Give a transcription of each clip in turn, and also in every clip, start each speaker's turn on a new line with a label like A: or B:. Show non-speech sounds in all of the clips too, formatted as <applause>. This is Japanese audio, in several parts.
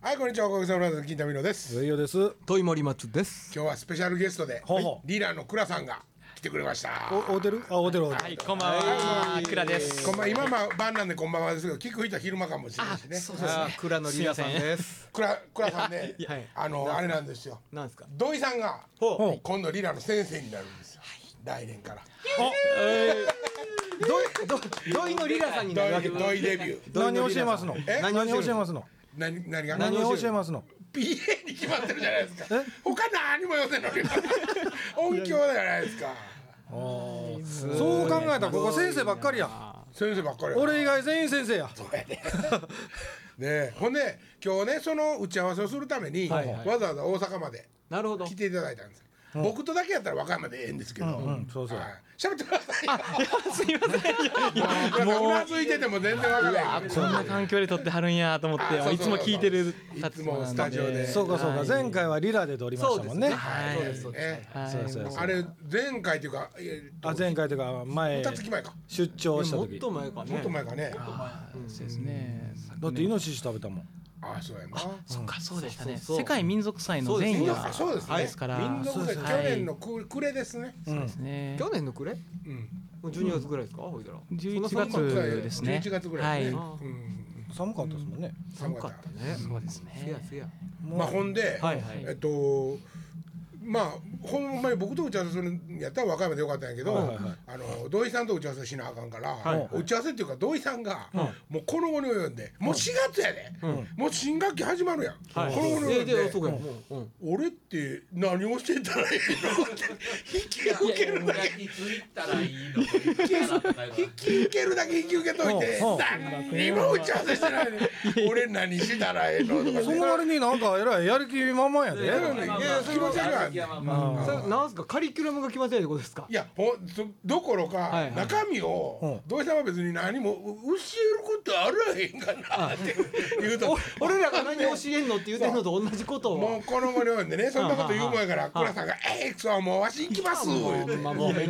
A: はいこんにちはおかげさまで金田美乃です
B: いいよです。
C: 問い森松です。
A: 今日はスペシャルゲストで
B: ほうほう
A: リーダーの倉さんが来てくれました
B: お、おでる、あ、おでる、おで
D: はい、
B: る。
D: こんばんは、いくらです。
A: こんばんは今まあ晩なんでこんばんはですけど聞く人は昼間かもしれないしね
C: そうですね。倉野里奈さんです。
A: 倉倉さんね
B: や <laughs> はい
A: あのあれなんですよ
C: なんですか。
A: 土井さんが
B: ほう
A: 今度リラの先生になるんですよ来年から
C: どいどどいのリラさんになるわけ
A: 土井
C: だ。
A: 土井デビュー
C: 土井
B: 何
C: のリ
B: 教え
C: ラ
B: ま
C: さ
B: す
C: ん
B: の。
A: え
B: 何教えますの。
A: 何何が
B: 何
A: 何
B: 教えますの。
A: PA に決まってるじゃないですか
B: え
A: 他何も寄
B: <laughs>
A: せんのに音響じゃないですか
B: そう考えたら、ここ先生ばっかりや。
A: 先生ばっかりや
B: 俺以外全員先生や。
A: <laughs> ねほんで今日ねその打ち合わせをするために、
B: はいはい
A: わざわざ大阪まで
C: なるほど
A: 来。ていただいたんですよ、僕とだけやったら和歌山でええんですけど、
B: うんそうそう
A: はい喋ってくださいよ
D: すいません。
A: <laughs> もううなずいてても全然わからない
D: こんな環境で撮ってはるんやと思っ
A: あそうそう
D: て、いつも聞いてる
A: いつもスタジオで
B: そうか、そうか、前回はリラで撮りましたもんね。
D: はい
C: そうですそうです。
A: ね
D: はい
B: そうそうそう
A: あれ前回というかえー
B: あ、前回というか、前
A: 二。月前か
B: 出張した
C: もっ
B: 時。
C: と前かね。
A: もっと前かね
D: そうですね。
B: だって、イノシシ食べたもん。
A: あそうやな
D: そっか、そうでしたね。
C: そうそう
D: 世界民族祭の前
A: みん
D: 夜
A: なそうですね
D: ですから、
A: 民族で去
D: はい
A: 年のく暮れですね
B: うん
D: ですね。
C: 去年の暮れ？
A: うん
C: もう12月ぐらいですか？ほいだら。
D: 11
C: そんな
D: 月
C: 寒かっ
D: ですね。
A: 11月ぐらいね
D: は
A: うん
B: 寒かったですもんね。
A: 寒かった
C: たね。
D: そうです
C: せや
D: ね。
C: せや。
B: もう
A: まあほんで
D: はいはい
A: えっとまあほんまに僕と打ち合わせするんやったら和歌山でよかったんやけど、
B: はいはいはい
A: あの土井さんと打ち合わせしなあかんから、
B: いはい
A: 打ち合わせっていうか土井さんが、
B: ん
A: もうこの後に及んでもう4月やで、
B: ん
A: もう新学期始まるやん、この後に
C: え
A: 及
C: え
A: んで、
C: でそうか。もううん。
A: 俺って何をしてたらいいのって <laughs> 引き受けるだけ
E: 引きったらいいのに引き受
A: 引き受けるだけ引き受けといて
B: うんうん
A: 何にも打ち合わせしてないのに俺何したらええのとか
B: その割になんか、えらいやる気満々やで。
A: いや気持ち悪いわ
B: あ
C: それなんすかカリキュラムが決まってないってことですか
A: い？やほんそどころか、
C: はいはい
A: 中身を
B: う
A: 土井さんは別に何もう教えることあらへんかなって言う
C: <laughs>
A: と
C: お俺らが何教えんのって言ってんのと同じこと
A: も
C: を
A: う。この後に
C: <laughs>
A: 及んでねそんなこと言うもんやから倉さんが「ええくそもうわし行きます」言うて。
C: まあもう
A: で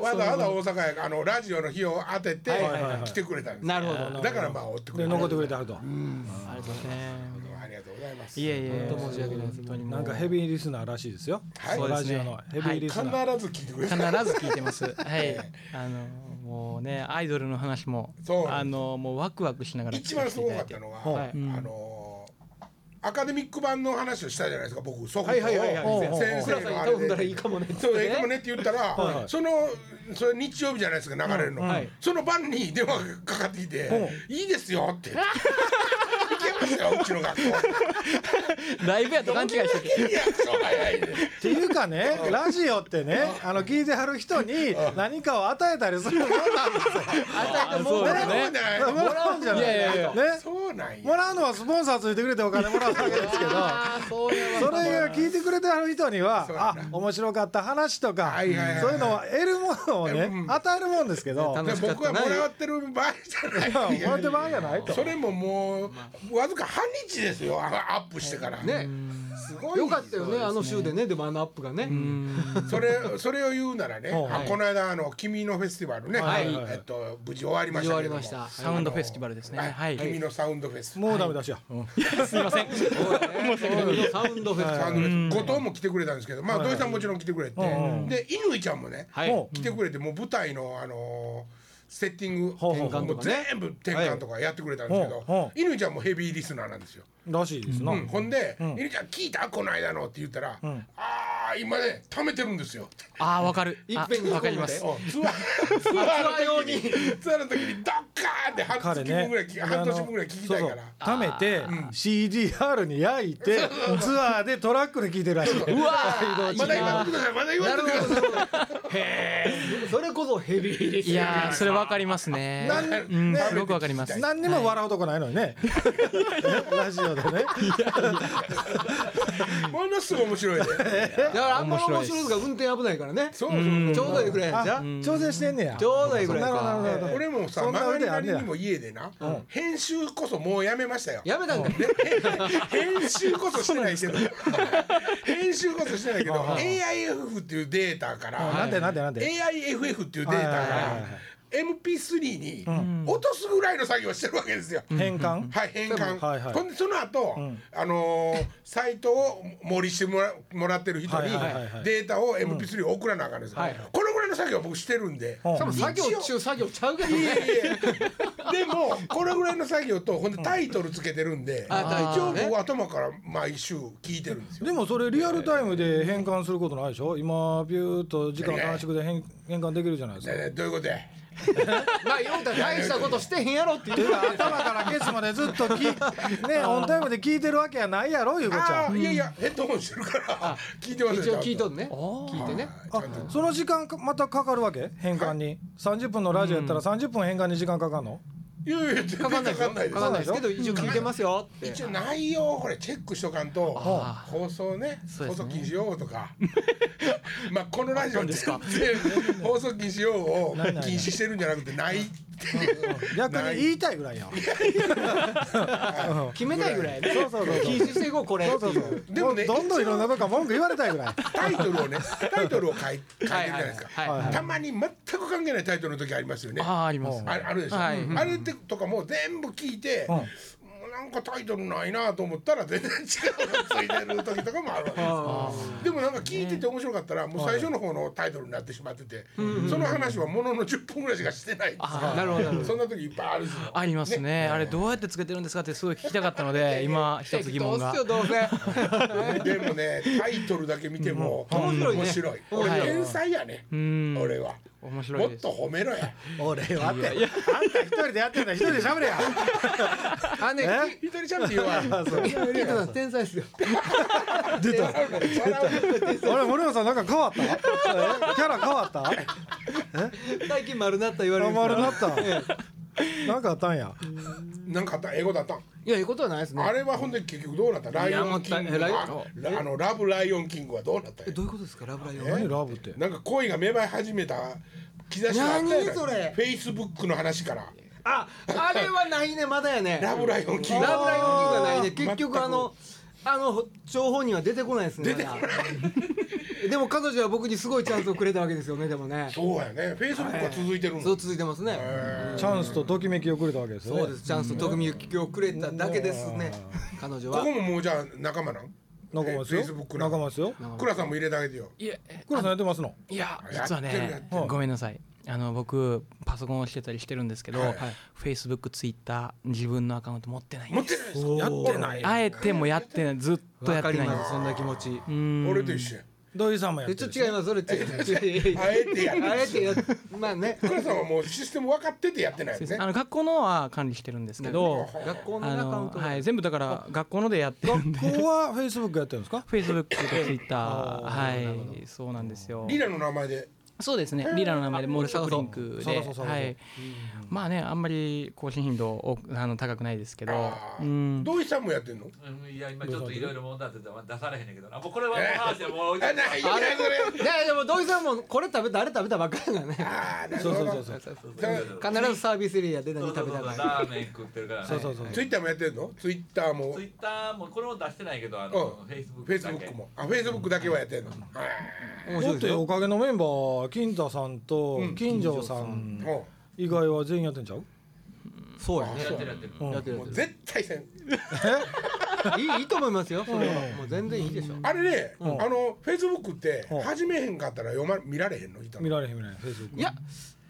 A: わざわざ大阪やあのラジオの日を当てて
C: はいはい
B: はい
A: 来てくれたんですよ
C: なるほど。
A: だからまあ追ってくれ
B: で、
A: た
B: 残ってくれてはると。
D: ありがとうございます。
A: ありがとうございます
D: いえいえ、
C: 本当申し訳ないです
D: 本当にも
B: な
D: う
B: んかヘビーリスナーらしいですよ。
A: はい
B: ラジオのヘビーリス
A: 必
B: ナー。
A: ず聞いてくれ
D: 必
A: た
D: ず聞いてます。はい。あのもうねアイドルの話も
A: そう
D: あのもうワクワクしながら
A: 一番すごかった
D: の
A: のが、
B: はい
A: あのアカデミック版の話をしたじゃないですか僕祖父と
C: はいはいはいはい
A: 先
C: 倉
A: 生
C: さんに
A: のあ
C: 頼
A: れ
C: んだらい
A: で
C: いかもねって
A: そうええかもねって言ったら、
B: はいはい
A: そのそれ日曜日じゃないですか流れるの、
C: んはい
A: その晩に電話がかかってきて「いいですよ」
C: <laughs>
A: って「行けますようちの学校」
D: ライブやと勘違いしてて。
A: いやそう早いね
B: っていう
A: <laughs>
B: かね、ラジオってね、あの聞いてはる人に何かを与えたりする
A: <laughs>
B: もんなんですよ。
C: あそう
A: も
C: で
A: ら
C: す
A: うもん
C: ね
A: じゃない
B: もらうんじゃない
C: いやいやいや
B: ね
A: そうなん
B: も
A: や
B: らうのはスポンサーついてくれてお金もらうわけですけど
C: そうや
B: それが聞いてくれてはる人には
A: そうや
B: あ
A: な
B: 面白かった話とか
A: は
B: そう
A: いはいはいはい
B: いうのは得るものをね
A: うん
B: 与え <laughs> るもんですけど
C: 楽
A: で
C: しかったな
A: 僕はもらってる場合じゃない
B: もらってばんじゃないと
A: それももうわずか半日ですよあのアップしてから
C: ね
A: すごい
C: よかったよねあの週でねでもあのアップがね
A: それそれを言うならね
B: ほう
A: あこの間あの君のフェスティバルね
B: はい
A: えっと無事終わりましたけども
C: 無事終わりまし
D: サウンドフェスティバルですね。は。
A: はいい君のサウンドフェス
B: もうダメだしや
D: すみません。
C: サウンドフェス
A: サウンドフェス後藤も来てくれたんですけどまあ土井さんもちろん来てくれて
B: うんうん
A: で乾ちゃんもね
D: はい。
B: も
A: 来てくれてもう舞台のあのセッティング
B: ほうほう
A: もう全部転換とかやってくれたんですけ
B: ほう
A: ど
B: ほ
A: 乾ちゃんもヘビーリスナーなんですよ
B: うらしいですな
A: うんほんで「乾ちゃん聞いたこの間の」って言ったら「ああ今ね貯めてるんですよ」
D: ああわかる。あ
C: ぺんに
D: わかります。
A: うんツアーツアーの時にツアーの時にドッカーンって半
B: 彼
A: 月分
B: ね
A: ぐらい聞き、半年分ぐらい聞きたい
B: そう
A: か
B: そう
A: ら。
B: 貯めて CDR に焼いてツアーでトラックで聴いてるら <laughs> しい
C: うわ
A: まだ言わんとください。まだ言わんとください。
C: それこそヘビーリス
D: いやーそれわかりますね。
B: なん
D: うん
A: ね
D: すごくわかります。
B: 何にも笑うとこないのにねラジオでね
A: ものすごい面白いね。
C: だからあんまり面
D: 面白いです
C: 白いのが運転危ないからねち
A: そうそう
C: ょうどいいぐらいやんじゃ
B: あ
C: ん
B: 調整してんねや
C: ちょうどいいぐらい
B: なるほどなるほど
C: か
A: そう。俺もさ、
B: そんな
A: 周り
B: 腕あんねや
A: にも家でな、編集こそもうやめましたよ。
C: やめたんかい
A: 編集こそしてないけど、編集こそしてないけど、AIFF っていうデータか
B: あな
A: ら、
B: んでなんでなんで
A: AIFF っていうデータか
B: はいはいはい
A: ら
B: はい、
A: MP3 に
B: うん
A: 落とすぐらいの作業をしてるわけですよ。
B: 変換、
A: はい変換、
B: はいはい
A: ほんでその後、
B: うん
A: あのーサイトを盛りしてもらもらってる人に
B: はいはいはいはい
A: データを MP3 に送らなあかんです、
C: はい
A: このぐらいの作業は僕してるんで、
B: うん
C: 多分作業中作業ちゃうけど
A: い
C: ね
A: やいやでもこれぐらいの作業とほんでタイトルつけてるんで、
C: あタイ
A: 一
C: ト
A: 応
C: ルね
A: 僕頭から毎週聞いてるんですよ。
B: でもそれリアルタイムで変換することないでしょ今ビューっと時間の短縮で変変換できるじゃないですか
A: ねえどういうことや
C: まあ言うたら大したことしてへんやろって言う
B: いや頭からケツまでずっと <laughs> 聞いねオンタイムで聞いてるわけやないやろゆうこちゃ
A: あ
B: ん
A: ーいやいやヘッドホンしてるから聞いてます
C: 一
A: よ
C: 応聞い
A: ちゃ
C: と
A: ん
C: んね聞いてね
A: はい
B: あ
A: ちゃんと
B: その時間かまたかかるわけ変換に30分のラジオやったら30分変換に時間かかるの
A: いやいや全然か
C: か
A: か
C: かん
A: ん
C: な
A: ないいです
C: ですよかかんないですけど一応聞いてますよって
A: 一応内容をこれチェックしとかんと
D: あー
A: 放送ね
D: そうで
A: 放
D: すね
A: 送禁止用語とかまあこのラジオ
D: ん
A: で
D: ですか
A: 放送禁止用語を
B: ないない
A: 禁止してるんじゃなくてないっていう
B: 逆
A: な
B: に
A: い
B: 言いたいぐらい <laughs> や
C: 決めたいぐらいね
B: そうそうそう
C: 禁止していこうこれ
B: そうそうそ
C: っていう
B: う
A: でもね
B: どんどんいろんなとこから文句言われたいぐらい
A: タイトルをねタイトルを書い書いてるじゃ
D: はい
A: な
D: はいい
A: ですか
D: はいはい
A: たまに全く関係ないタイトルの時ありますよね
D: あああります
A: ああるでしょ、
D: はい
A: あれってとかもう全部聞いて、
B: うん
A: もうなんかタイトルないなと思ったら全然違うのついてる時とかもあるわけですでもなんか聞いてて面白かったらもう最初の方のタイトルになってしまってて、その話はものの10分ぐらいしかしてないんですよ
C: あなるほどなるほど
A: そんな時いっぱいあるんですよ
D: ありますねあれどうやってつけてるんですかってすごい聞きたかったので今一つ疑問が
C: どうっすよどうせ
A: でもねタイトルだけ見ても
C: うん面白いね
A: 面白い
C: 面
A: 俺
C: 白い
A: 天才やね
D: うん
A: 俺は
D: 面白
A: も
D: い
A: っ
D: です
A: と褒めろや
B: <laughs> 俺はってあんた一人でやってんだ一人で喋れや
C: あね
B: え
A: 一人ちゃんって言わん
C: いやリーダー天才ですよ
A: 出た
B: <laughs> 俺森本さんなんか変わったえキャラ変わった
C: 最近丸なった言われるんですよ
B: 丸なったなんかあったんや
A: なんかあった英語だったん
C: いやいうことはないですね
A: あれはほんで結局どうなったライオンキング
C: いや
A: は
C: もう
A: ああのラブライオンキングはどうなったん
C: え
A: や
C: どういうことですかラブライオン
B: 何ラブって
A: なんか恋が芽生え始めた兆しがあったや
C: 何それ
A: フェイスブックの話から
C: ああれはないねまだやねラ
A: ラブライオンキン
C: ブ
A: グ
C: ライオンキングはないね
A: 全く
C: 結局あのあの情報には出てこないですね出てこ <laughs> ないでも彼女は僕にすごいチャンスをくれたわけですよねでもね
A: そうやねフェイスブックは続いてるの
C: そう続いてますね
B: チャンスとときめきをくれたわけですよね
C: そうですチャンスと特にきをくれただけですね彼女
A: こ
C: は
A: こももうじゃあ仲間なん
B: 仲間ですよ
A: え Facebook の
B: 仲間ですよ
A: 倉さんも入れてあげてよ
D: いやえ
B: 倉さんやってますの
D: いや
A: や
D: 実は
A: やってるやっ
D: ね
A: てる
D: ごめんなさいあの僕パソコンをしてたりしてるんですけど、
A: はい
D: Facebook、Twitter 自分のアカウント持ってないん
A: 持
D: で
A: って
D: す
A: ないですかやってない
D: あえてもやってないずっとやっ
C: わか
D: て
C: り
D: ないん
C: ま
D: です
C: すそんな気持ち
D: うん
A: 俺と一緒や
B: 土井さんもやっ
C: え
B: て
C: ちょ
B: る
C: っと違いますそれ違う違う
A: あえて
C: <laughs>
A: や
C: あえてやまあね
A: 倉さんはもうシステム分かっててやってないよね
D: あの学校のは管理してるんですけど、
C: 学校
D: あ
C: のアカウン
D: の
C: ト
D: はい全部だから学校のでやってるんで、
B: ここはフェイスブックやってるんですか
D: Facebook と Twitter はいそうなんですよ。
A: リラの名前で
D: そうですねリラの名前でモルサクリンク
B: 探
D: で、
B: そう探そう
D: はい。まあねあんまり更新頻度おあの高くないですけど
A: あ、
D: う
A: ー
D: ん。
A: 土井さんもやってんの
E: うんいや今ちょっといろいろ問題あってまだ出されへんねんけどなもうこれはもう話でもう
A: あないよねそれ
C: いやいやでも土井さんもこれ食べたあれ食べたばっかりだね
A: ああなる
B: そう
A: ほ
B: そう
A: ど
B: そうそう
C: 必ずサービスエリアで何
E: そうそう
C: 食
E: そう
C: べた
E: ラ
C: らい
E: ーメン食ってるからね
B: そうそうそう
A: ツイッターもやってんのツイッターも
E: ツイッターもこれも出してないけどあ
A: う
E: の
A: ん
E: フェイスブッ
A: フェイ
E: ク
A: ス
E: だ
A: ブ
E: け
A: ックもあフェイスブックだけはやってんの、はい
C: 面
B: だっ
C: 白いです
B: て
C: よ
B: おかげのメンバー金太さんと
A: うん
B: 金城さん
A: も
B: 以外は全員やってんちゃう
C: そうや
E: や
C: ね
E: ってるやってる
B: うん
C: やって
A: う
C: る
A: も
C: や
A: う
C: って
A: 絶対せん
C: るいいいいと思いますよそれはもう全然いいでしょ
A: あれね、
B: ん
A: あのフェイスブックって
B: うん
A: 始めへんかったら読ま見られへんの人
B: 見られへん見られへんフェイスブック
C: いや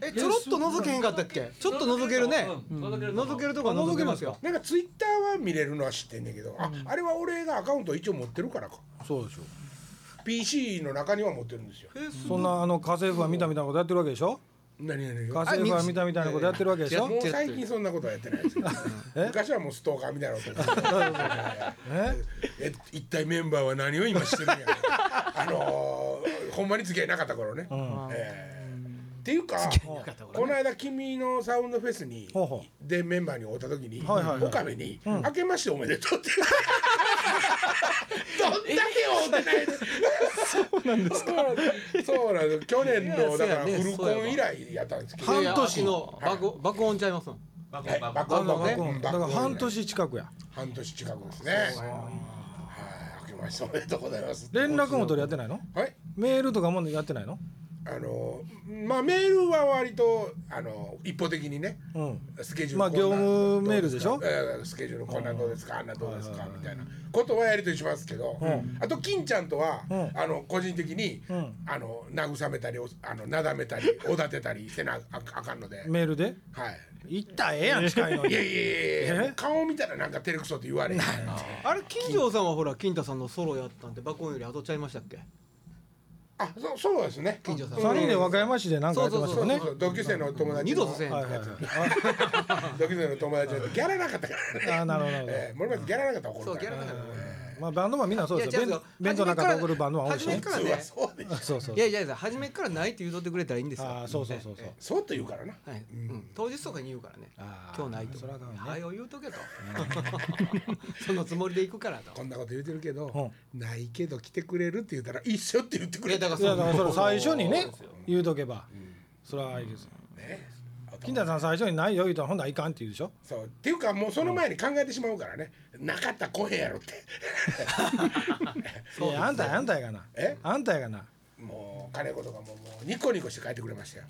C: えちょろっと覗けへんかったっけちょっと覗けるね
E: うん覗ける
C: 覗けるとこは覗けますよ
A: なんかツイッターは見れるのは知ってんねんけど、ああれは俺がアカウント一応持ってるからか
B: そうでしょ
A: PC の中には持ってるんですよ
B: そんなあの家政婦は見たみたいなことやってるわけでしょ
A: 何何
B: 家
A: 々
B: 政婦は見たみたいなことやってるわけでしょ
A: もう最近そんなことはやってないですよ
B: え
A: 昔はもうストーカーみたいなこと
B: え
A: え一体メンバーは何を今してるんやあのー、ほんまに付き合いなかった頃ね、えーっていうかこの間君のサウンドフェスに
B: ほうほ
A: でメンバーに会った時に、
B: はいはいはい
A: 岡部に、明けましておめでとう」ってどんだけ会うてないのそうなんですかそうなんです去年のだから
C: いやそうやね
A: フルコン以来やったんですけど
B: 半年
C: の爆音爆音ちゃいますの
E: バコ
A: はい
E: バ
A: バ
E: コ
A: コンバコン
C: ね
A: うん
B: だ
A: バ
B: か
A: コン
B: ら半年近くや
A: 半年近くですねはい明けましておめでとうございます
B: 連絡も取り合ってないの
A: はい
B: メールとかもやってないの
A: あのまあメールは割とあの一方的にね
B: うん
A: スケジュール
B: まあ
A: こんな
B: 業務メールでし
A: ど
B: ょ
A: うすかえースケジュールこんなんどうですかあんなどうですかみたいなことはやりとりしますけど、あと金ちゃんとは、
B: ん
A: あの個人的に、
B: ん
A: あの慰めたりおあのなだめ
B: <laughs>
A: たりおだてたりせなああかんので、
B: メールで
A: はい。
B: 行ったらええやん近いの
A: いや
B: に
A: いやいやいや
B: え
A: 顔見たらなんか照れくそって言われへん
C: あれ金城さんはほら金太さんのソロやったんでバコンより後ちゃいましたっけ
A: あそそうですね
C: 近所さん
B: 三人で和歌山市で何かやってまし
A: そ
B: た
A: う
B: よね
A: そうそう同級生の友達の
C: 二度とせえへん
B: はい
C: から
B: はい
C: やつ
B: は
A: 同級生の友達のギャラなかったから
B: い
A: ね
B: ああなるほどなるほど
A: えー森松ギャラなかったら
C: そ
A: 怒
C: う
A: る
C: ギャ
A: か
C: ラ
A: ら
C: だから
B: まあバンドマンみんなそうです
C: いや違う
B: よ。ベンツの中で送るバンドマン多いし
C: 初め
B: ね
C: か。ら
A: 普通は
C: ね
A: そうでしょ
B: そうそう
C: い。やいやいや初めからないって言うとってくれたらいいんですよ
B: ああそうそうそうそう。
A: そうと言うからな
C: はい、うん、当日とかに言うからね
B: あー
C: 今日ないと
B: そらあかんね
C: 早う言うとけと <laughs> そのつもりで行くからと
A: こんなこと言うてるけどないけど来てくれるって言ったらいいっすよって言ってく
C: いや
A: れ
C: だ
A: た
C: から
B: いやだから
C: <laughs>
B: それ最初にね
C: そうですよ
B: 言うとけば、それはいいです。
A: ね
B: 金田さん最初にないよ言うたらほんならいかんって言うでしょ。
A: そうっていうかもうその前に考えてしまうからねなかったら来へんやろって <laughs>
B: いやあんたやあんたやがな。
A: え
B: あんたやがな。
A: もう金子とかももうニコニコして帰ってくれましたよ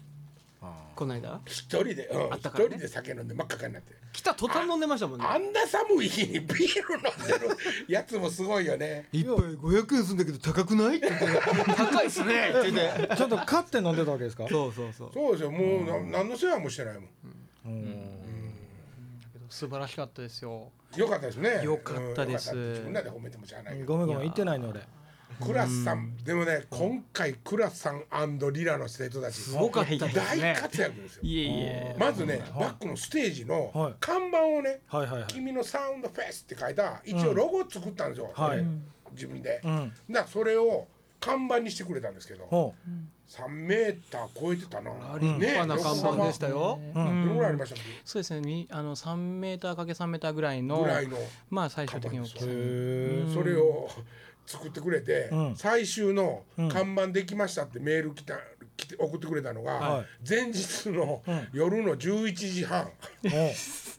C: この間
A: 一人でうん
C: あっ
A: 一
C: たから
A: 人
C: ね
A: で酒飲んで真っ赤っかになって
C: 来た途端飲んでましたもんね
A: あんな寒い日にビール飲んでるやつもすごいよね
C: 一杯500円するんだけど高くないって言って高いっす <laughs> ねって言って
B: ちょっと勝って飲んでたわけですか。
C: そうそうそう
A: そうですよもうな何の世話もしてないもん
D: 素晴らしかったですよ。
A: よかったですね
D: よかったです
A: うんよかった自分らで褒めてもしゃあないけど
B: ごめんごめん言ってないの俺。
A: クラスさんでもね今回クラスさんリラの生徒たち
C: すごかったです
A: 大
C: ね
A: 活躍ですよ
D: いえいえ。
A: まずねバックのステージ
B: は
A: の
B: い
A: 看板をね
B: はいはいは
A: 「
B: い。
A: 君のサウンドフェス」って書いた一応ロゴを作ったんですよ
B: はい
A: 自分で
B: うん。
A: なそれを看板にしてくれたんですけど
B: ほ
A: 3メーター超えてたな
C: あ立派な看板でしたよ、
B: う。う
A: ど
B: ん。
A: のぐらいありましたっけ
D: そうですね。にあの三メーターかけ三メーターぐらいの
A: ぐらいの
D: まあ最終的に大きさ
A: 看
B: へ
D: に。
B: え。
A: それを作ってくれて、
B: うん
A: 最終の看板できましたってメール来た来て送ってくれたのが、
B: はい
A: 前日の
B: うん
A: 夜の11時半、
B: ほ
A: もう
D: す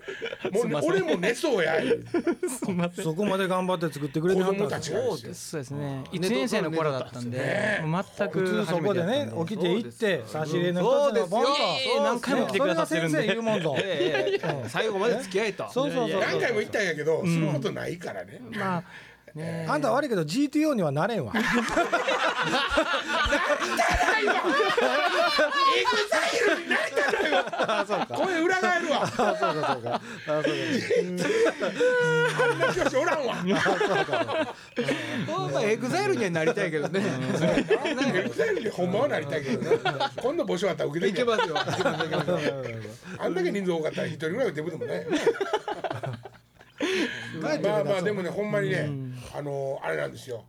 D: いません
A: 俺も寝そうや言うて
D: すみま
B: う
D: せん。
B: そこまで頑張って作ってくれ
A: 子
B: てはっ
A: 供た
B: たんです
A: ち
B: よ。
A: がで
C: そう
A: す
C: で
A: よ
D: そうですね。一年生の頃だったんで、
A: ね
D: 全
B: 普
D: く
B: 通そ
D: 初め
B: こ
D: て
B: で
D: やった
B: ね
D: んで。
B: 起きていって差し入れの
C: そう
B: 一つの
C: ですよ
B: ボンと。
D: ええ何回も来てくださってるん
B: それが先生言う
D: で。
B: もんぞ。
C: <laughs> ええ
B: うん
C: 最後まで付き合えと
B: そうそうそう。
A: 何回も言ったんやけど、することないからね、
D: まあね。
B: あんた悪いけど GTO にはなれんわ。
A: エグザイルになりたないわ声裏返るわ
B: あそうかそうか。あそうか。
A: あんな教師おらんわ
C: まあエグザイルにはなりたいけどね
A: エグザイルにほんまはなりたいけどな今度募集あったら受け
C: い
A: て
C: け
A: みよ
C: ますよ
A: うあんだけ人数多かったら一人ぐらいは出るでもね
B: 帰ってくだ
A: ま
B: さ
A: あ
B: い
A: まあでもねほんまにね、あのあれなんですよ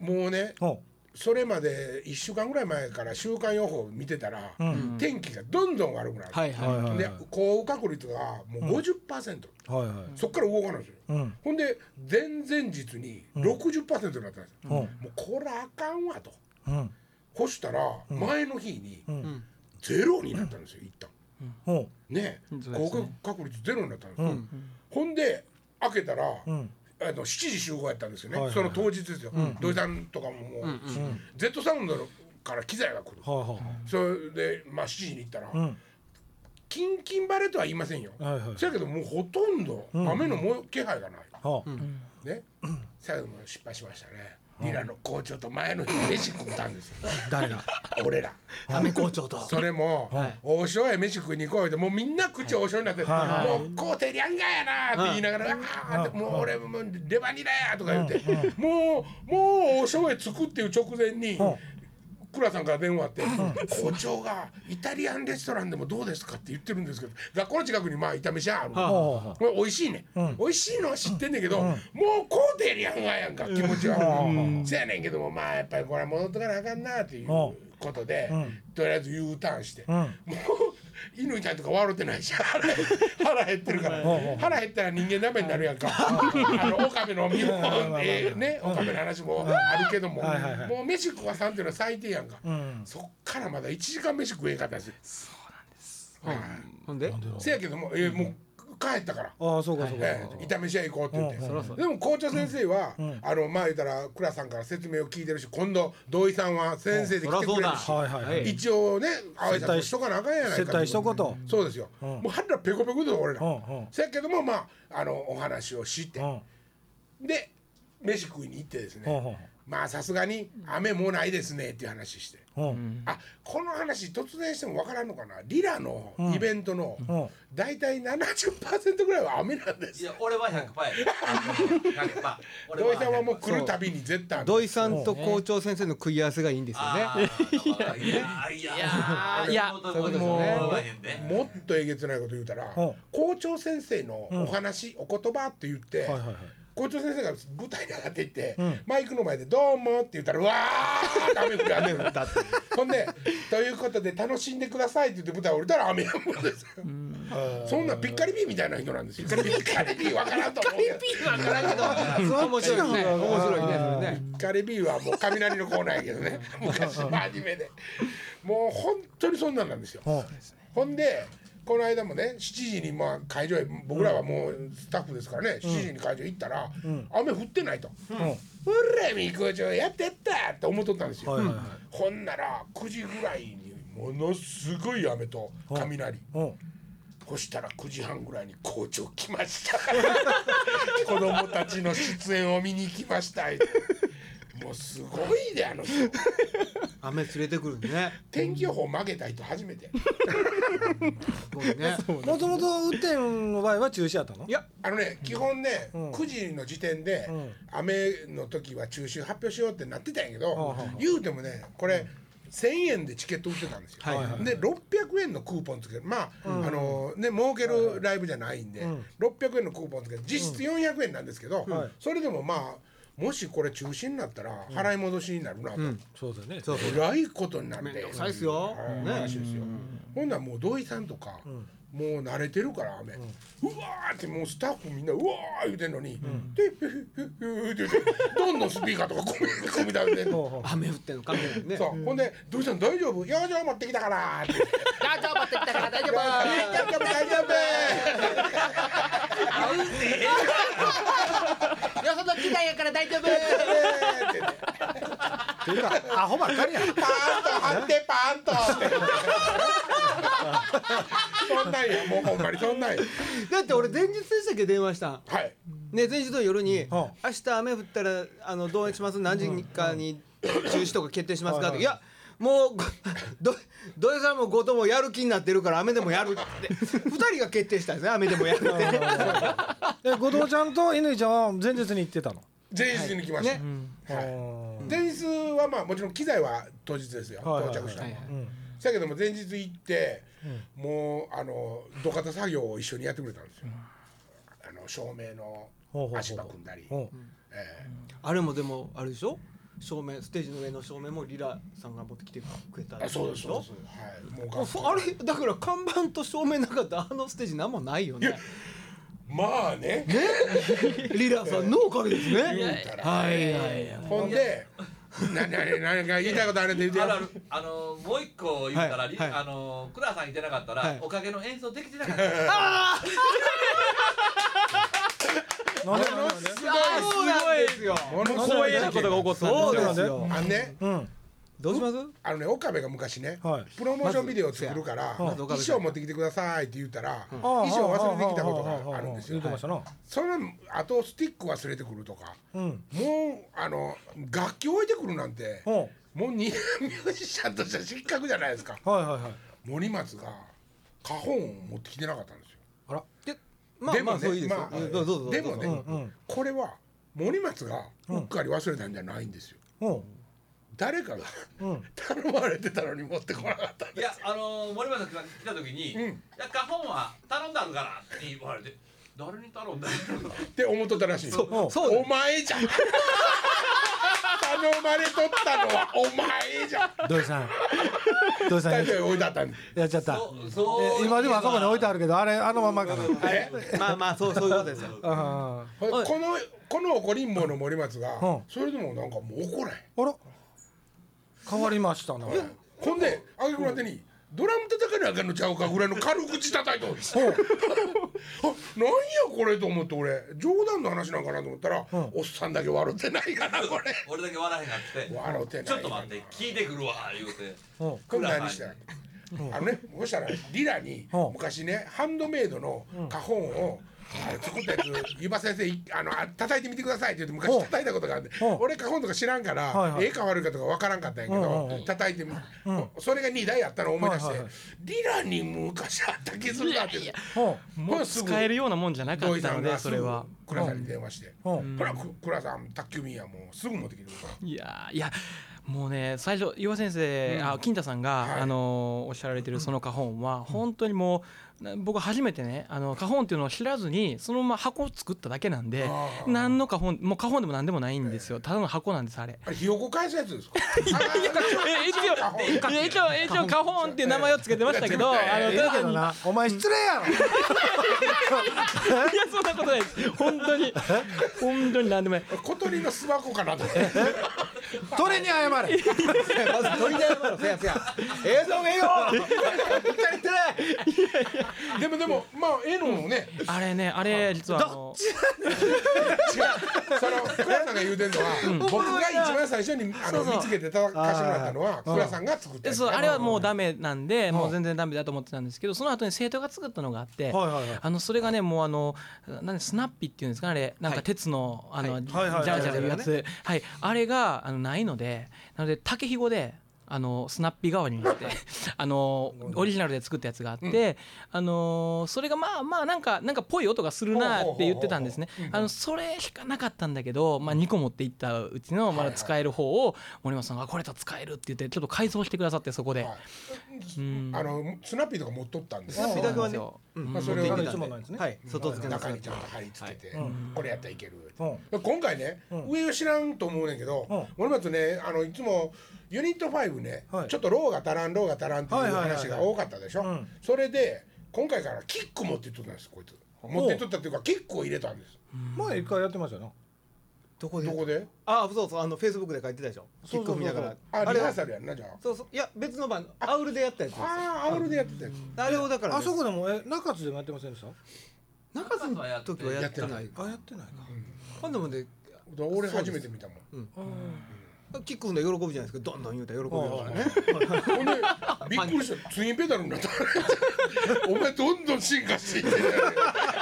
A: もうね
B: ほ
A: それまで1週間ぐらい前から週間予報を見てたら、
B: ん
A: 天気がどんどん悪くなる、
C: はいはい、
B: はいはいはい
A: で降雨確率がもう50%、
B: うはいはい。
A: そこから動かないんですよ、
B: うん
A: ほんで前々日に60%になったんですよ、
B: ほう
A: もうこらあかんわと
B: うん
A: 干したら前の日に
C: うん
A: ゼロになったんですよ一旦
B: ほ
A: ね
D: そうですね
A: 降雨確率ゼロになったんですよ、
B: ん
A: ほんで開けたら、
B: ううん
A: あの7時集合やったんですよね、
B: はいはい
A: その当日ですよ、土井さんとかももう、Z サウンドから機材が来る、
B: はあは
A: それで、まあ、7時に行ったら、
B: あうん
A: キンキンバレとは言いませんよ、
B: はいはい
A: そやけどもうほとんど雨のもう気配がない、
B: はあ
A: ね最後も失敗しましたね、リラの校長と前の日に飯食ったんですよ
B: 誰が
A: 俺ら
C: アメ校長と
A: <laughs> それも、
C: はい
A: 王将へ飯食いに行こうよってもうみんな口王将になって、
B: はい
A: もうこうてりゃんがやなって言いながら、あーってもう俺もうレバニラやとか言って、もうもう王将へ着くっていう直前に、
B: うん
A: 倉さんから電話あって、校長がイタリアンレストランでもどうですかって言ってるんですけど学校の近くにまあ炒めしゃある、
B: はあは
A: これ美味しいね、
B: うん
A: 美味しいのは知ってんねんけど、もうこうてりゃんがやんか気持ちは、せやねんけどもまあやっぱりこれは戻っとかなあかんなっていうことで、
B: ん
A: とりあえず U ターンして、 <laughs>
B: あ
A: も
B: うん
A: う犬ちゃんとか笑ってないし腹減腹減ってるから
B: うんうん
A: 腹減ったら人間ダメになるやんかあの岡部の身も
B: うん
A: えーね岡部の話もあるけども
B: はいはいはい
A: もう飯食わさんっていうのは最低やんか
B: うん
A: そっからまだ1時間飯食えんかったし
C: ほんで
A: せやけどもえーもう帰ったから。
B: ああそうかそうか、
A: ええ、炒めしゃ行こうって言って、
B: うん
D: そ
A: でも校長先生は、あのまあ言ったら倉さんから説明を聞いてるし今度土井さんは先生で
E: そ
A: 来
E: ら
A: てく
E: そう
A: れ
E: だ
A: るし、
B: はいはいはい
A: 一応ね挨拶しとかなあかんやないか
B: 接待しとこうと
A: そうですよ、
B: ん
A: もう腹ペコペコで俺ら、
B: うんうん
A: せやけどもまああのお話をして
B: う、ん
A: で飯食いに行ってですね、
B: うんうん
A: まあさすがに雨もうないですねっていう話して、
B: うん
A: あこの話突然してもわからんのかなリラのイベントの
B: うん
A: 大体70%ぐらいは雨なんです
E: いや俺は100パーや100パー俺
A: 土井さんはもう
E: 100%
A: 来るたびに絶対
C: 土井さんと校長先生の食い合わせがいいんですよね
E: あーいやいやいや
D: いや
E: もう
D: そういうことです
E: も
D: よ
E: う
D: ね
E: 思わへんで
A: もっとえげつないこと言うたら、
B: うん
A: 校長先生のお話、お言葉って言って、
B: はいはいはい
A: 校長先生が舞台に上がっていって、マイクの前で「どうも」って言ったら「うわーって雨降る雨降った」ほんで「ということで楽しんでください」って言って舞台降りたら雨やむんですよ。そんなピッカリピーみたいな人なんですよ。ピッカリピーわからんと思うけど。
E: 分からんけど
C: 面白いね面白いねそれね
A: カレビーはもう雷のコーナーやけどね昔真面目でもう本当にそんなんなんですよ、ほんでこの間もね7時にまあ会場へ僕らはもうスタッフですからね、7時に会場行ったら、雨降ってないと「うらみこちょやってった!」って思っとったんですよ、
B: はいはいはい
A: ほんなら9時ぐらいにものすごい雨と雷、
B: うん
A: そしたら9時半ぐらいに校長来ました子供たちの出演を見に来ました言うてもうすごいであの人
C: 雨連れてくるね
A: 天気予報曲げた人初めて
C: もうね
B: もともと雨天の場合は中止やったの
C: いや
A: あのね基本ね、
B: ん
A: 9時の時点で、
B: ん
A: 雨の時は中止発表しようってなってたんやけど、
B: んうん
A: 言うてもねこれ、1000円でチケット売ってたんですよ、
C: はいはいは
A: で600円のクーポンつけるまあ、あのね儲けるライブじゃないんで、600円のクーポンつける実質400円なんですけど、
B: はい
A: それでもまあもしこれ中止になったら払い戻しになるなと、
B: そうだよね
C: そうそう
A: えらいことになって
C: めんどくさいっすよ
A: はい
C: ね
A: 話ですよほんならもう土井さんとか、もう慣れてるから雨、うわーってもうスタッフみんなうわー言うてんのに、でフフフフって言ってどんどんスピーカーとか込み込み立ててんの
C: 雨降ってんのかみたいなね
A: そうほんで「土井さん大丈夫養生持ってきたから」って
C: 大丈夫ってきたから大丈夫
A: 「大丈夫大丈夫」
C: よその機材やから大丈夫
A: って言って
B: ていうかアホばっかりや
A: パーンと貼ってパーンとってそんなんやもうほんまにそんなんや
C: だって俺前日でしたっけ電話したん
A: はい
C: ね前日の夜に「
B: ん
C: 明日雨降ったらあのどうします何時かに中止とか決定しますか?」って「いやもうご <laughs> ど土井さんも後藤もやる気になってるから雨でもやる」って2人が決定したんですね雨でもやるって
B: え後藤ちゃんと乾ちゃんは前日に行ってたの
A: 前日に来ました、
C: ね
A: はい
B: うん
A: 前日はまあもちろん機材は当日ですよ、
B: はいはいはい
A: 到着したのは、
D: はい
B: うん
A: だけども前日行って、もうあの土方作業を一緒にやってくれたんですよ、あの照明
B: ほうほうほ
A: の
B: う
A: 足場組んだり、
B: うん
A: え
C: あれもでもあれでしょ照明ステージの上の照明もリラさんが持ってきてくれた
A: えあそうですそうです
C: ょ
A: はいもう
C: あ
A: 学
C: そあれだから看板と照明なかったあのステージ何もないよね
A: まあね
C: リラさんのおかげです
A: 言
C: ね
A: うたら、
C: はいはいはい
A: ほんで何何何か言いたいことあるって言って
E: あるあるあのもう一個言ったら、
C: はい
E: り
C: はい
E: あの倉さんいてなかったら、
C: はい
E: おかげの演奏できてなかった
B: なんでなんです
C: あそうなんですよ
A: ごいものすご
D: 光
A: い
D: 栄なことが起こったん
C: そう
D: です
C: で
D: よ
C: すよ
A: あのね
B: うん
C: どうします
A: あのね岡部が昔ね、
B: はい
A: プロモーションビデオを作るから、
C: まず
A: 衣装持ってきてくださいって言ったら、
B: 衣
A: 衣装忘れてきたことがあるんですよ
B: 言ってましたな
A: そのあとスティック忘れてくるとか
B: うん
A: もうあの楽器置いてくるなんて
B: うんはい
A: もうにミュージシャンとしては失格じゃないですか
B: はいはい
A: 森松が花本を持ってきてなかったんですよ
B: あら
C: でまあまあそういいですよ
A: まあ
C: どうぞどうぞ
A: でもね、
B: うん
A: これは森松がうっかり忘れたんじゃないんですよ、
B: うん
A: 誰かが
B: うん
A: 頼まれてたのに持ってこなかったん
E: い
A: で
E: やあの森松さん来た時に「
A: うん
E: いや花本は頼んだあるから」って言われて「誰に頼んだ?」
A: って思っとったらしい
C: そううんそう
A: お前
C: <laughs>
A: じゃん頼まれとったのはお前じゃん
B: 土井さん土井さん
A: 大体置いてあったんで
B: やっちゃった
E: そうそう
B: え今でもあそこに置いてあ
E: る
B: るけどあれあのままかな
A: ね
C: まあまあそうそういうことですよ
B: ああ
A: このこの怒りん坊の森松が、
B: うん
A: それでもなんかもう怒らへん
B: あら変わりましたな
A: ほんであげくの手に、ドラム叩かなあかんのちゃうかぐらいの軽口叩いとる <laughs> あなんやこれと思って俺冗談の話なんかなと思ったら、おっさんだけ笑ってないかなこれ
E: 俺だけ笑えへんかって
A: 笑うてない
E: ちょっと待って聞いてくるわ言うて
B: うん
A: こんなん何したらあのねそしたらリラに
B: うん
A: 昔ねハンドメイドの花本をあれ作ったやつ湯葉先生いあのあ叩いてみてくださいって言って
B: うん
A: 昔叩いたことがあって
B: うん
A: 俺花本とか知らんか
B: はい
A: ら
B: はい
A: ええか悪いかとかわからんかったんやけ
B: うんうんう
A: ど
B: ん
A: 叩いてみそれが2台あったの思い出して
B: はいはいはい
A: リラに昔あった気するなって言って
D: もう使えるようなもんじゃなか
A: 土井
D: っ
A: さ
D: た
A: ん
D: の
A: が
D: ですそれ
A: ぐ
D: は
A: 倉さんに電話して「
B: うん
A: ほらく倉さん宅急便やもうすぐ持ってきてくるから
D: いやーいやもうね最初岩先生、あ金太さんが、
A: はい
D: あのーおっしゃられてるその花本は本当にもうな僕初めてねあの花本っていうのを知らずにそのまま箱を作っただけなんで
A: あー
D: 何の花本もう花本でも何でもないんですよただの箱なんですあれ。
A: あれひよこ返すやつですか
D: え一応いや一応一応花本っていう名前をつけてましたけどあの
B: ええけどなお前失礼やろ
D: いやそんなことないです本当に本当に何でもない
A: 小鳥の巣箱かなと <laughs> 思って。
B: 取れに謝れ
C: まず取り出まろせやせや映像見よ
A: 足
C: う
A: りてない。でもでもまあ絵のもね、
D: あれねあれ実はあの
A: そのクラさんが言うてるのは、僕が一番最初にあの
D: そうそう
A: 見つけてたかしてもらったのはクラさんが作った
D: え
A: やつね。
D: そうあれはもうダメなんでもう全然ダメだと思ってたんですけどその後に生徒が作ったのがあっ
B: は
D: て
B: いはいはい
D: あのそれがねもうあのなんでスナッピーっていうんですかあれなんか鉄のあ
C: は
D: の
C: い
D: ジ
B: はいは
D: ャ
B: い
D: ラジャラいうやつはいあれがあのないのでなので竹ひごで。あのスナッピー代わりにして <laughs> あのオリジナルで作ったやつがあって、あのそれがまあまあなんかなんかぽい音がするなって言ってたんですねあのそれしかなかったんだけど、まあ、2個持っていったうちのまだ使える方を森本さんが「これと使える」って言ってちょっと改造してくださってそこで、
A: はい
D: うん
A: あのスナッピーとか持っとったんですよ
C: スナッピーだけはね
D: そうなん
A: まあ
D: です
A: そ
D: よ
A: れを
B: あれいつものやつね
C: はい外付けの
A: 中にちゃんと貼り付けて
B: はいう、
A: これやったらいける。
B: うん
A: 今回ね、
B: うん
A: 上を知らんと思うねんけど、
B: うん
A: 俺もとねあのいつもユニット5ね、
B: はい
A: ちょっとローが足らんローが足らんっていう
B: はいはいはいは
A: 話
B: い
A: が多かったでしょ、
B: うん
A: それで今回からキック持ってっとったんですこいつ持ってっとったっていうかキックを入れたんです
B: 前一回やってましたよな
C: どこ
A: どこで
C: あそうそうあのフェイスブックで書いてたでしょキ
B: そうそうそうそう
C: ックオフ見ながら
A: あ
C: あ
A: リ
C: れ
A: ハ
C: は
A: ーサルやんなじゃあ
C: そうそういや別の番アウルでやったやつです
A: ああーアウルでやってたや
C: あれをだから
B: あそこでもえ中津でもやってませんでした
C: 中津の時はやって
A: やっ
C: ない
B: あやってないか
C: 今度もね
A: つ俺初めて見たもん
C: キックオフの喜ぶじゃないですかどんどん言うたら喜ぶよね
A: ほんでびっくりしたツインペダルになったお前どんどん進化していってる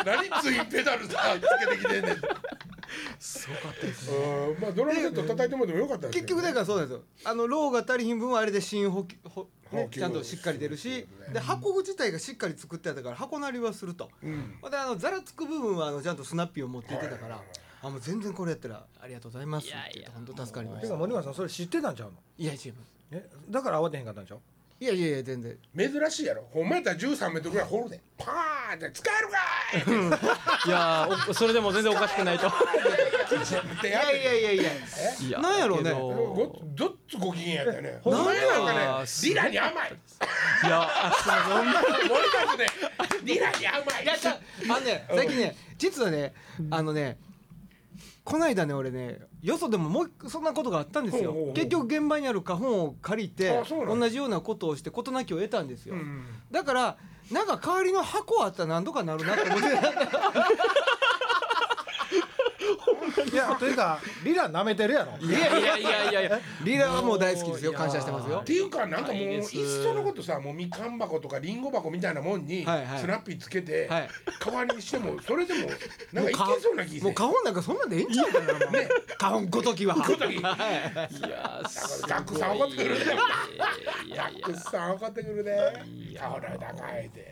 A: 何ツインペダルさつけてきてんねんすごかったですねまあドラムセット叩いてもらってもよかったです
C: 結
A: けど
C: 局だからそうなんですよあのローが足りひん分はあれで芯補給ほ
A: 補
C: ね
A: 給
C: ちゃんとしっかり出るし
A: そうですね
C: で箱自体がしっかり作ってあったから箱なりはすると
A: うん
C: ほんであのざらつく部分はあのちゃんとスナッピーを持っていってたからあもう全然これやったらありがとうございますって言って本当助かりま
B: て
C: し
B: か
C: た
B: 森川さんそれ知ってたんちゃうの
C: いや違います
B: えだから慌てへんかったんちゃう
C: いやいやいや全然
A: 珍しいやろほんまやったら13メートルぐらい掘るでパーンって使えるかーい
D: いやーおそれ <laughs> でも全然おかしくないと
A: って
C: い
A: やっ
C: やい
A: て
C: やいやいや
D: いや
C: なんやろう
D: け
C: ね
D: ど
A: ごどっつご機嫌やったよね
B: ほん
A: お
B: ま
A: 前なんか
D: あ
A: ね
D: ーすご
A: リ
D: い
A: ラに甘い
D: いやあすいませ
A: <laughs>
D: んほんま
A: 俺たちねリラに甘い
C: いやちゃう <laughs> あのね最近ね実はねあのねこないだね俺ねよそでももう一個そんなことがあったんですよ
A: ほうほうほう
C: 結局現場にある花本を借りて
A: あそうなんや
C: 同じようなことをして事なきを得たんですよ、
A: うん
C: だからなんか代わりの箱あったら何とかなるなって思って
B: いやというかリラ舐めてるやろ
D: いやいやいやいやいや
C: <laughs> リーダーはもう大好きですよ
D: いや
C: 感謝してますよ
A: っていうかなんかもう
D: いい
A: いっ
D: です
A: そのことさもうみかん箱とかりんご箱みたいなもんにス
C: はいはい
A: ナッピーつけて
C: はい
A: 代わりにしてもそれでもなんかいけそうな気す
C: もう
A: る
C: 花本なんかそんなんでいいんちゃうかなもう
A: ね
C: 花本ごときは
A: ごとき
C: <laughs> はい
D: いやーすごい
A: ダックさん怒ってくるね
D: い
A: ダ
D: やい
A: ッ
D: や
A: クさん怒ってくるね顔の高いで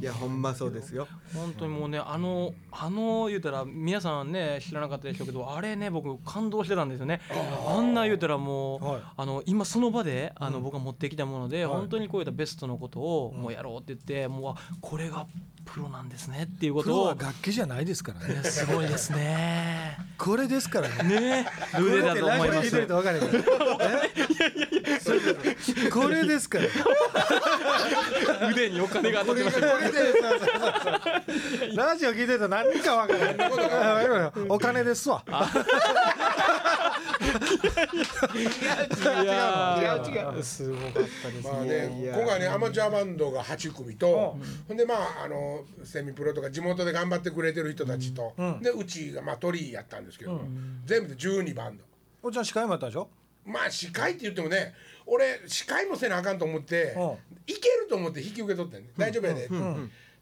C: いやほんまそうですよ
D: 本当にもうねあのあの言うたら皆さんね知らなかったでしょうけどあれね僕感動してたんですよねあんな言うたらもう、
B: はい
D: あの今その場であの、僕が持ってきたもので、本当にこういったベストのことをもうやろうって言って、もうあこれがプロなんですねっていうこ
B: プロ
D: とを
B: は楽器じゃないですから
D: い
B: ね
D: やすごいです <laughs> ね
B: これですからね
D: ねえ腕だと思います
B: これってラジオで聞いてると分かるよこれですから
D: 腕にお金が当たってます
B: これでそうそうそうそうラジオ聞いてると何か分からないお金ですわ
C: 違う違う違う違う
B: すごかったです
A: まあ
B: ね。
A: ね、今回ねアマチュアバンドが8組と、ほんでまああのセミプロとか地元で頑張ってくれてる人たちと、でうちがまあトリやったんですけど、全部で12バンド
B: おっちゃん司会もやったでしょ。
A: まあ司会って言ってもね俺司会もせなあかんと思って、
B: う
A: いけると思って引き受け取ってんね、大丈夫やで、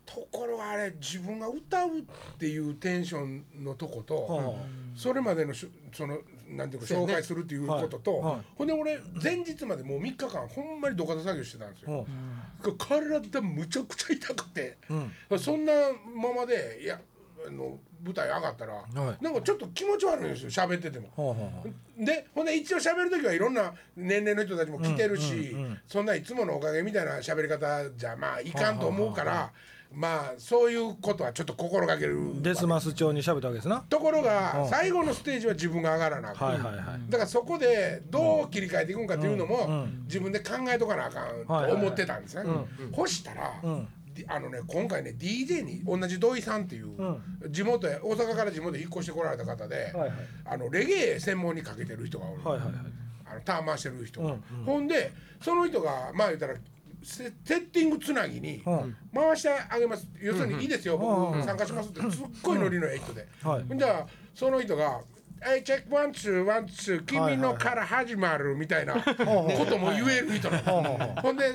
A: ところがあれ自分が歌うっていうテンションのとこと、それまでのしゅそのなんていうか
C: うや
A: 紹
C: ね
A: 介するっていうことと、
B: はいはい
A: ほんで俺前日までもう3日間ほんまに土方作業してたんですよ。体むちゃくちゃ痛くて、そんなままでいやあの舞台上がったら、
B: い
A: なんかちょっと気持ち悪いんですよ喋ってても。
B: ほうほうほう
A: でほんで一応喋る時はいろんな年齢の人たちも来てるし、そんないつものおかげみたいな喋り方じゃまあいかんと思うから、まあそういうことはちょっと心がける
B: デス
A: わ
B: マス調に喋ったわけですな。
A: けところが最後のステージは自分が上がらなあかん
B: はいはいはい。
A: だからそこでどう切り替えていくんかっていうのも自分で考えとかなあかんと思ってたんですね。ほしたら、あのね今回ね DJ に同じ土井さんっていう地元へ大阪から地元へ引っ越してこられた方で、
B: はいはい
A: あのレゲエ専門にかけてる人がおる、
B: はいはいはい
A: あのターン回してる人が、ほんでその人がまあ言ったらセセッティングつなぎに
B: ん
A: 回してあげます、要するにいいですよ、僕参加しますってすっごいノリのええ人で、
B: うんはい
A: ほんじゃあその人が「えいチェックワンツーワンツー君のから始まる」みたいなことも言える人なのほんで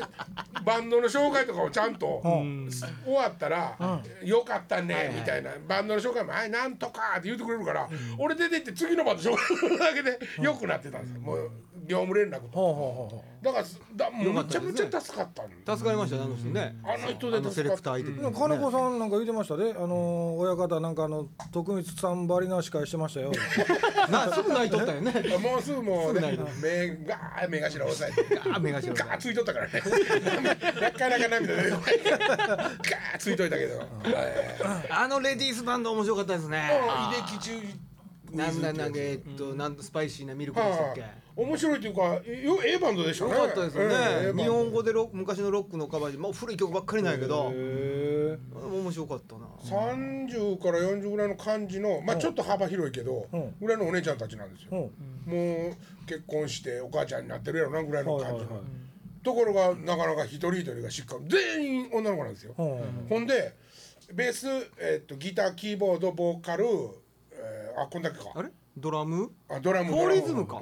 A: バンドの紹介とかをちゃんと終わったら「よかったね」みたいなバンドの紹介も「はいなんとか」って言ってくれるから俺出てって次のバンド紹介するだけで良くなってたんですよもう業務連絡と
B: ほうほうほ
A: だからすだもうめちゃめちゃ助かったんです
C: 助かりましたねあの人ね
A: あの人
C: あ
A: で
C: のセ
A: 助
C: レ
A: か
C: ク
A: っ
C: タ
A: た
C: ー相手
B: うほう。金子さんなんか言ってましたで、あのー親方なんかあの徳光さんばりな司会してましたよ。
C: なすぐ泣いとったよね
A: もうすぐもうね
C: すぐない
A: 目が目頭押さえて
C: あ目が白い
A: ガーついとった <laughs> からねなかなか涙出てこないガーついといたけどはい
C: あのレディースバンド面白かったですね
A: もう秀吉中
C: なんだなんだえっとなんとスパイシーなミルクでしたっ
A: はい
C: け
A: 面白いというかよ A バンドでした
C: よ
A: ね
C: かったですよね
A: うん A バンド
C: 日本語でロ昔のロックのカバーでもう古い曲ばっかりなんやけど
B: へ
C: 面白かったな
A: 30から40ぐらいの感じのまあちょっと幅広いけど
B: うん
A: ぐらいのお姉ちゃんたちなんですよ
B: え。
A: も
B: ほ
A: う結婚してお母ちゃんになってるやろなぐらいうの
B: はいはい
A: 感
B: は
A: じ
B: い。
A: のところがなかなか一人一人がしっかり全員女の子なんですよ
B: ほうほうほう
A: ほんでベース、えっとギターキーボードボーカル、えーあこんだけか
C: あれドラム
A: あドラム
C: フォーリズムか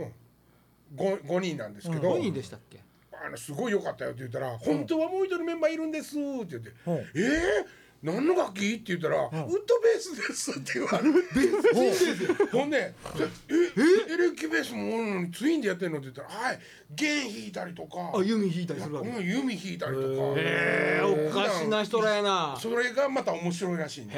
A: 5, 五人なんですけど、
C: 5人でしたっけ
A: あのすごい良かったよって言ったら、本当はもう一人メンバーいるんですって言って、
B: うん
A: えー、何の楽器って言ったら、ウッドベースですって言われるベース <laughs> ほんで「ええエレキベースもおるのにツインでやってんの?」って言ったら「はい弦弾いたりとか
C: あ弓弾いたりするわけ
A: うん弓弾いたりとか」
C: えーおかしな人らやな
A: それがまた面白いらしいね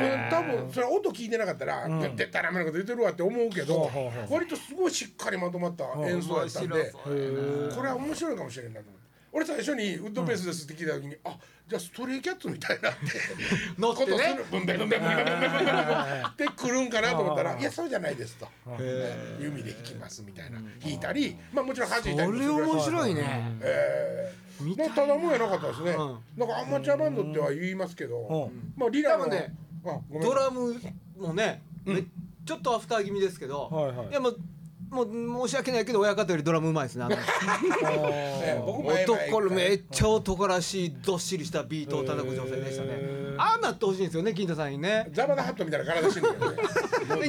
A: うん多分それは音聞いてなかったら「うん、でたらめなこと言ってるわ」って思うけど、
B: ほうほう
A: 割とすごいしっかりまとまった演奏やったんで、これは面白いかもしれんないと思って。俺最初にウッドベースですって聞いた時に、あじゃあストレイキャッツみたいなって
C: 乗って
A: こ
C: ね
A: とするブンベンブンベンブンベンブンベンブンベンって来るんかなと思ったら「いやそうじゃないです」と「弓で弾きます」みたいな弾いたりまあもちろん弾いたり
C: そ
A: もす
C: れ
A: るらしい
C: 面白いね
A: えーまあただもんやなかったですね、なんかアマチュアバンドっては言いますけど、
B: うん
A: まあリラの
C: 多分ね
A: あごめん
C: ドラムもね、めちょっとアフター気味ですけど、
B: はいはい
C: やもうもう申し訳ないけど親方よりドラムうまいですねあの
A: えー僕前々から
C: 男めっちゃ男らしいどっしりしたビートを叩く女性でしたね
B: へー
C: ああなってほしいんですよね金田さんにね
A: ザバダハットみたいな体してるんだよね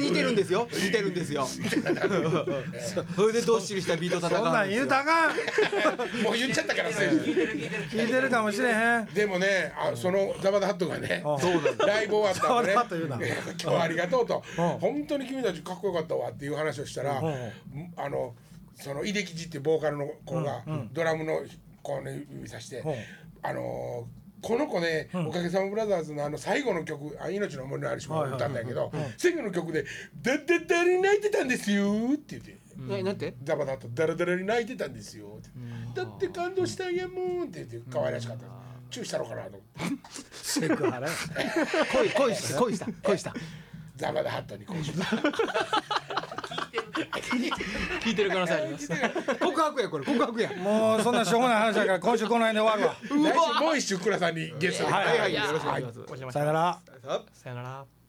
C: で似てるんですよ似てるんで
B: <laughs>
C: すよそれでどっしりしたビートを叩
B: そん
C: か
B: な
C: うん
B: ん
C: で
B: 言
C: す
B: う
C: よ
B: たらあかん。
A: もう言っちゃったからせい
B: 聞いてるかもしれへん。
A: でもねあそのザバダハットがね
B: うん
A: ライブ終わったらね
B: ザバダハット言うな
A: 今日はありがとうと
B: うん
A: 本当に君たちかっこよかったわっていう話をしたら
B: うん
A: あのその秀吉っていうボーカルの子がドラムの子に指さして
B: うん
A: あのーこの子ね、おかげさまブラザーズのあの最後の曲「あ命の森のありしも」
B: はいはい
A: 歌ったんだけど、最後の曲で「だだだに泣いてたんですよ」って言って
C: ななんて
A: ザバだとダラダラに泣いてたんですよって、だって感動したんやもんって言って可愛らしかったです、チューしたろかなと思って
B: セクハラや。
C: 恋恋した恋した恋した
A: ザバダハットにこうしました
D: 聞いてる可能性あります
C: 告白やこれ告白や
B: もうそんなしょうもない話だから今週この辺で終わ
A: 来
B: る
A: 週もう一周倉さんにゲストで、
B: はい
C: はいよろしくお願いします
D: お邪魔しま
B: わ。
D: した
B: さよなら。
D: さよなら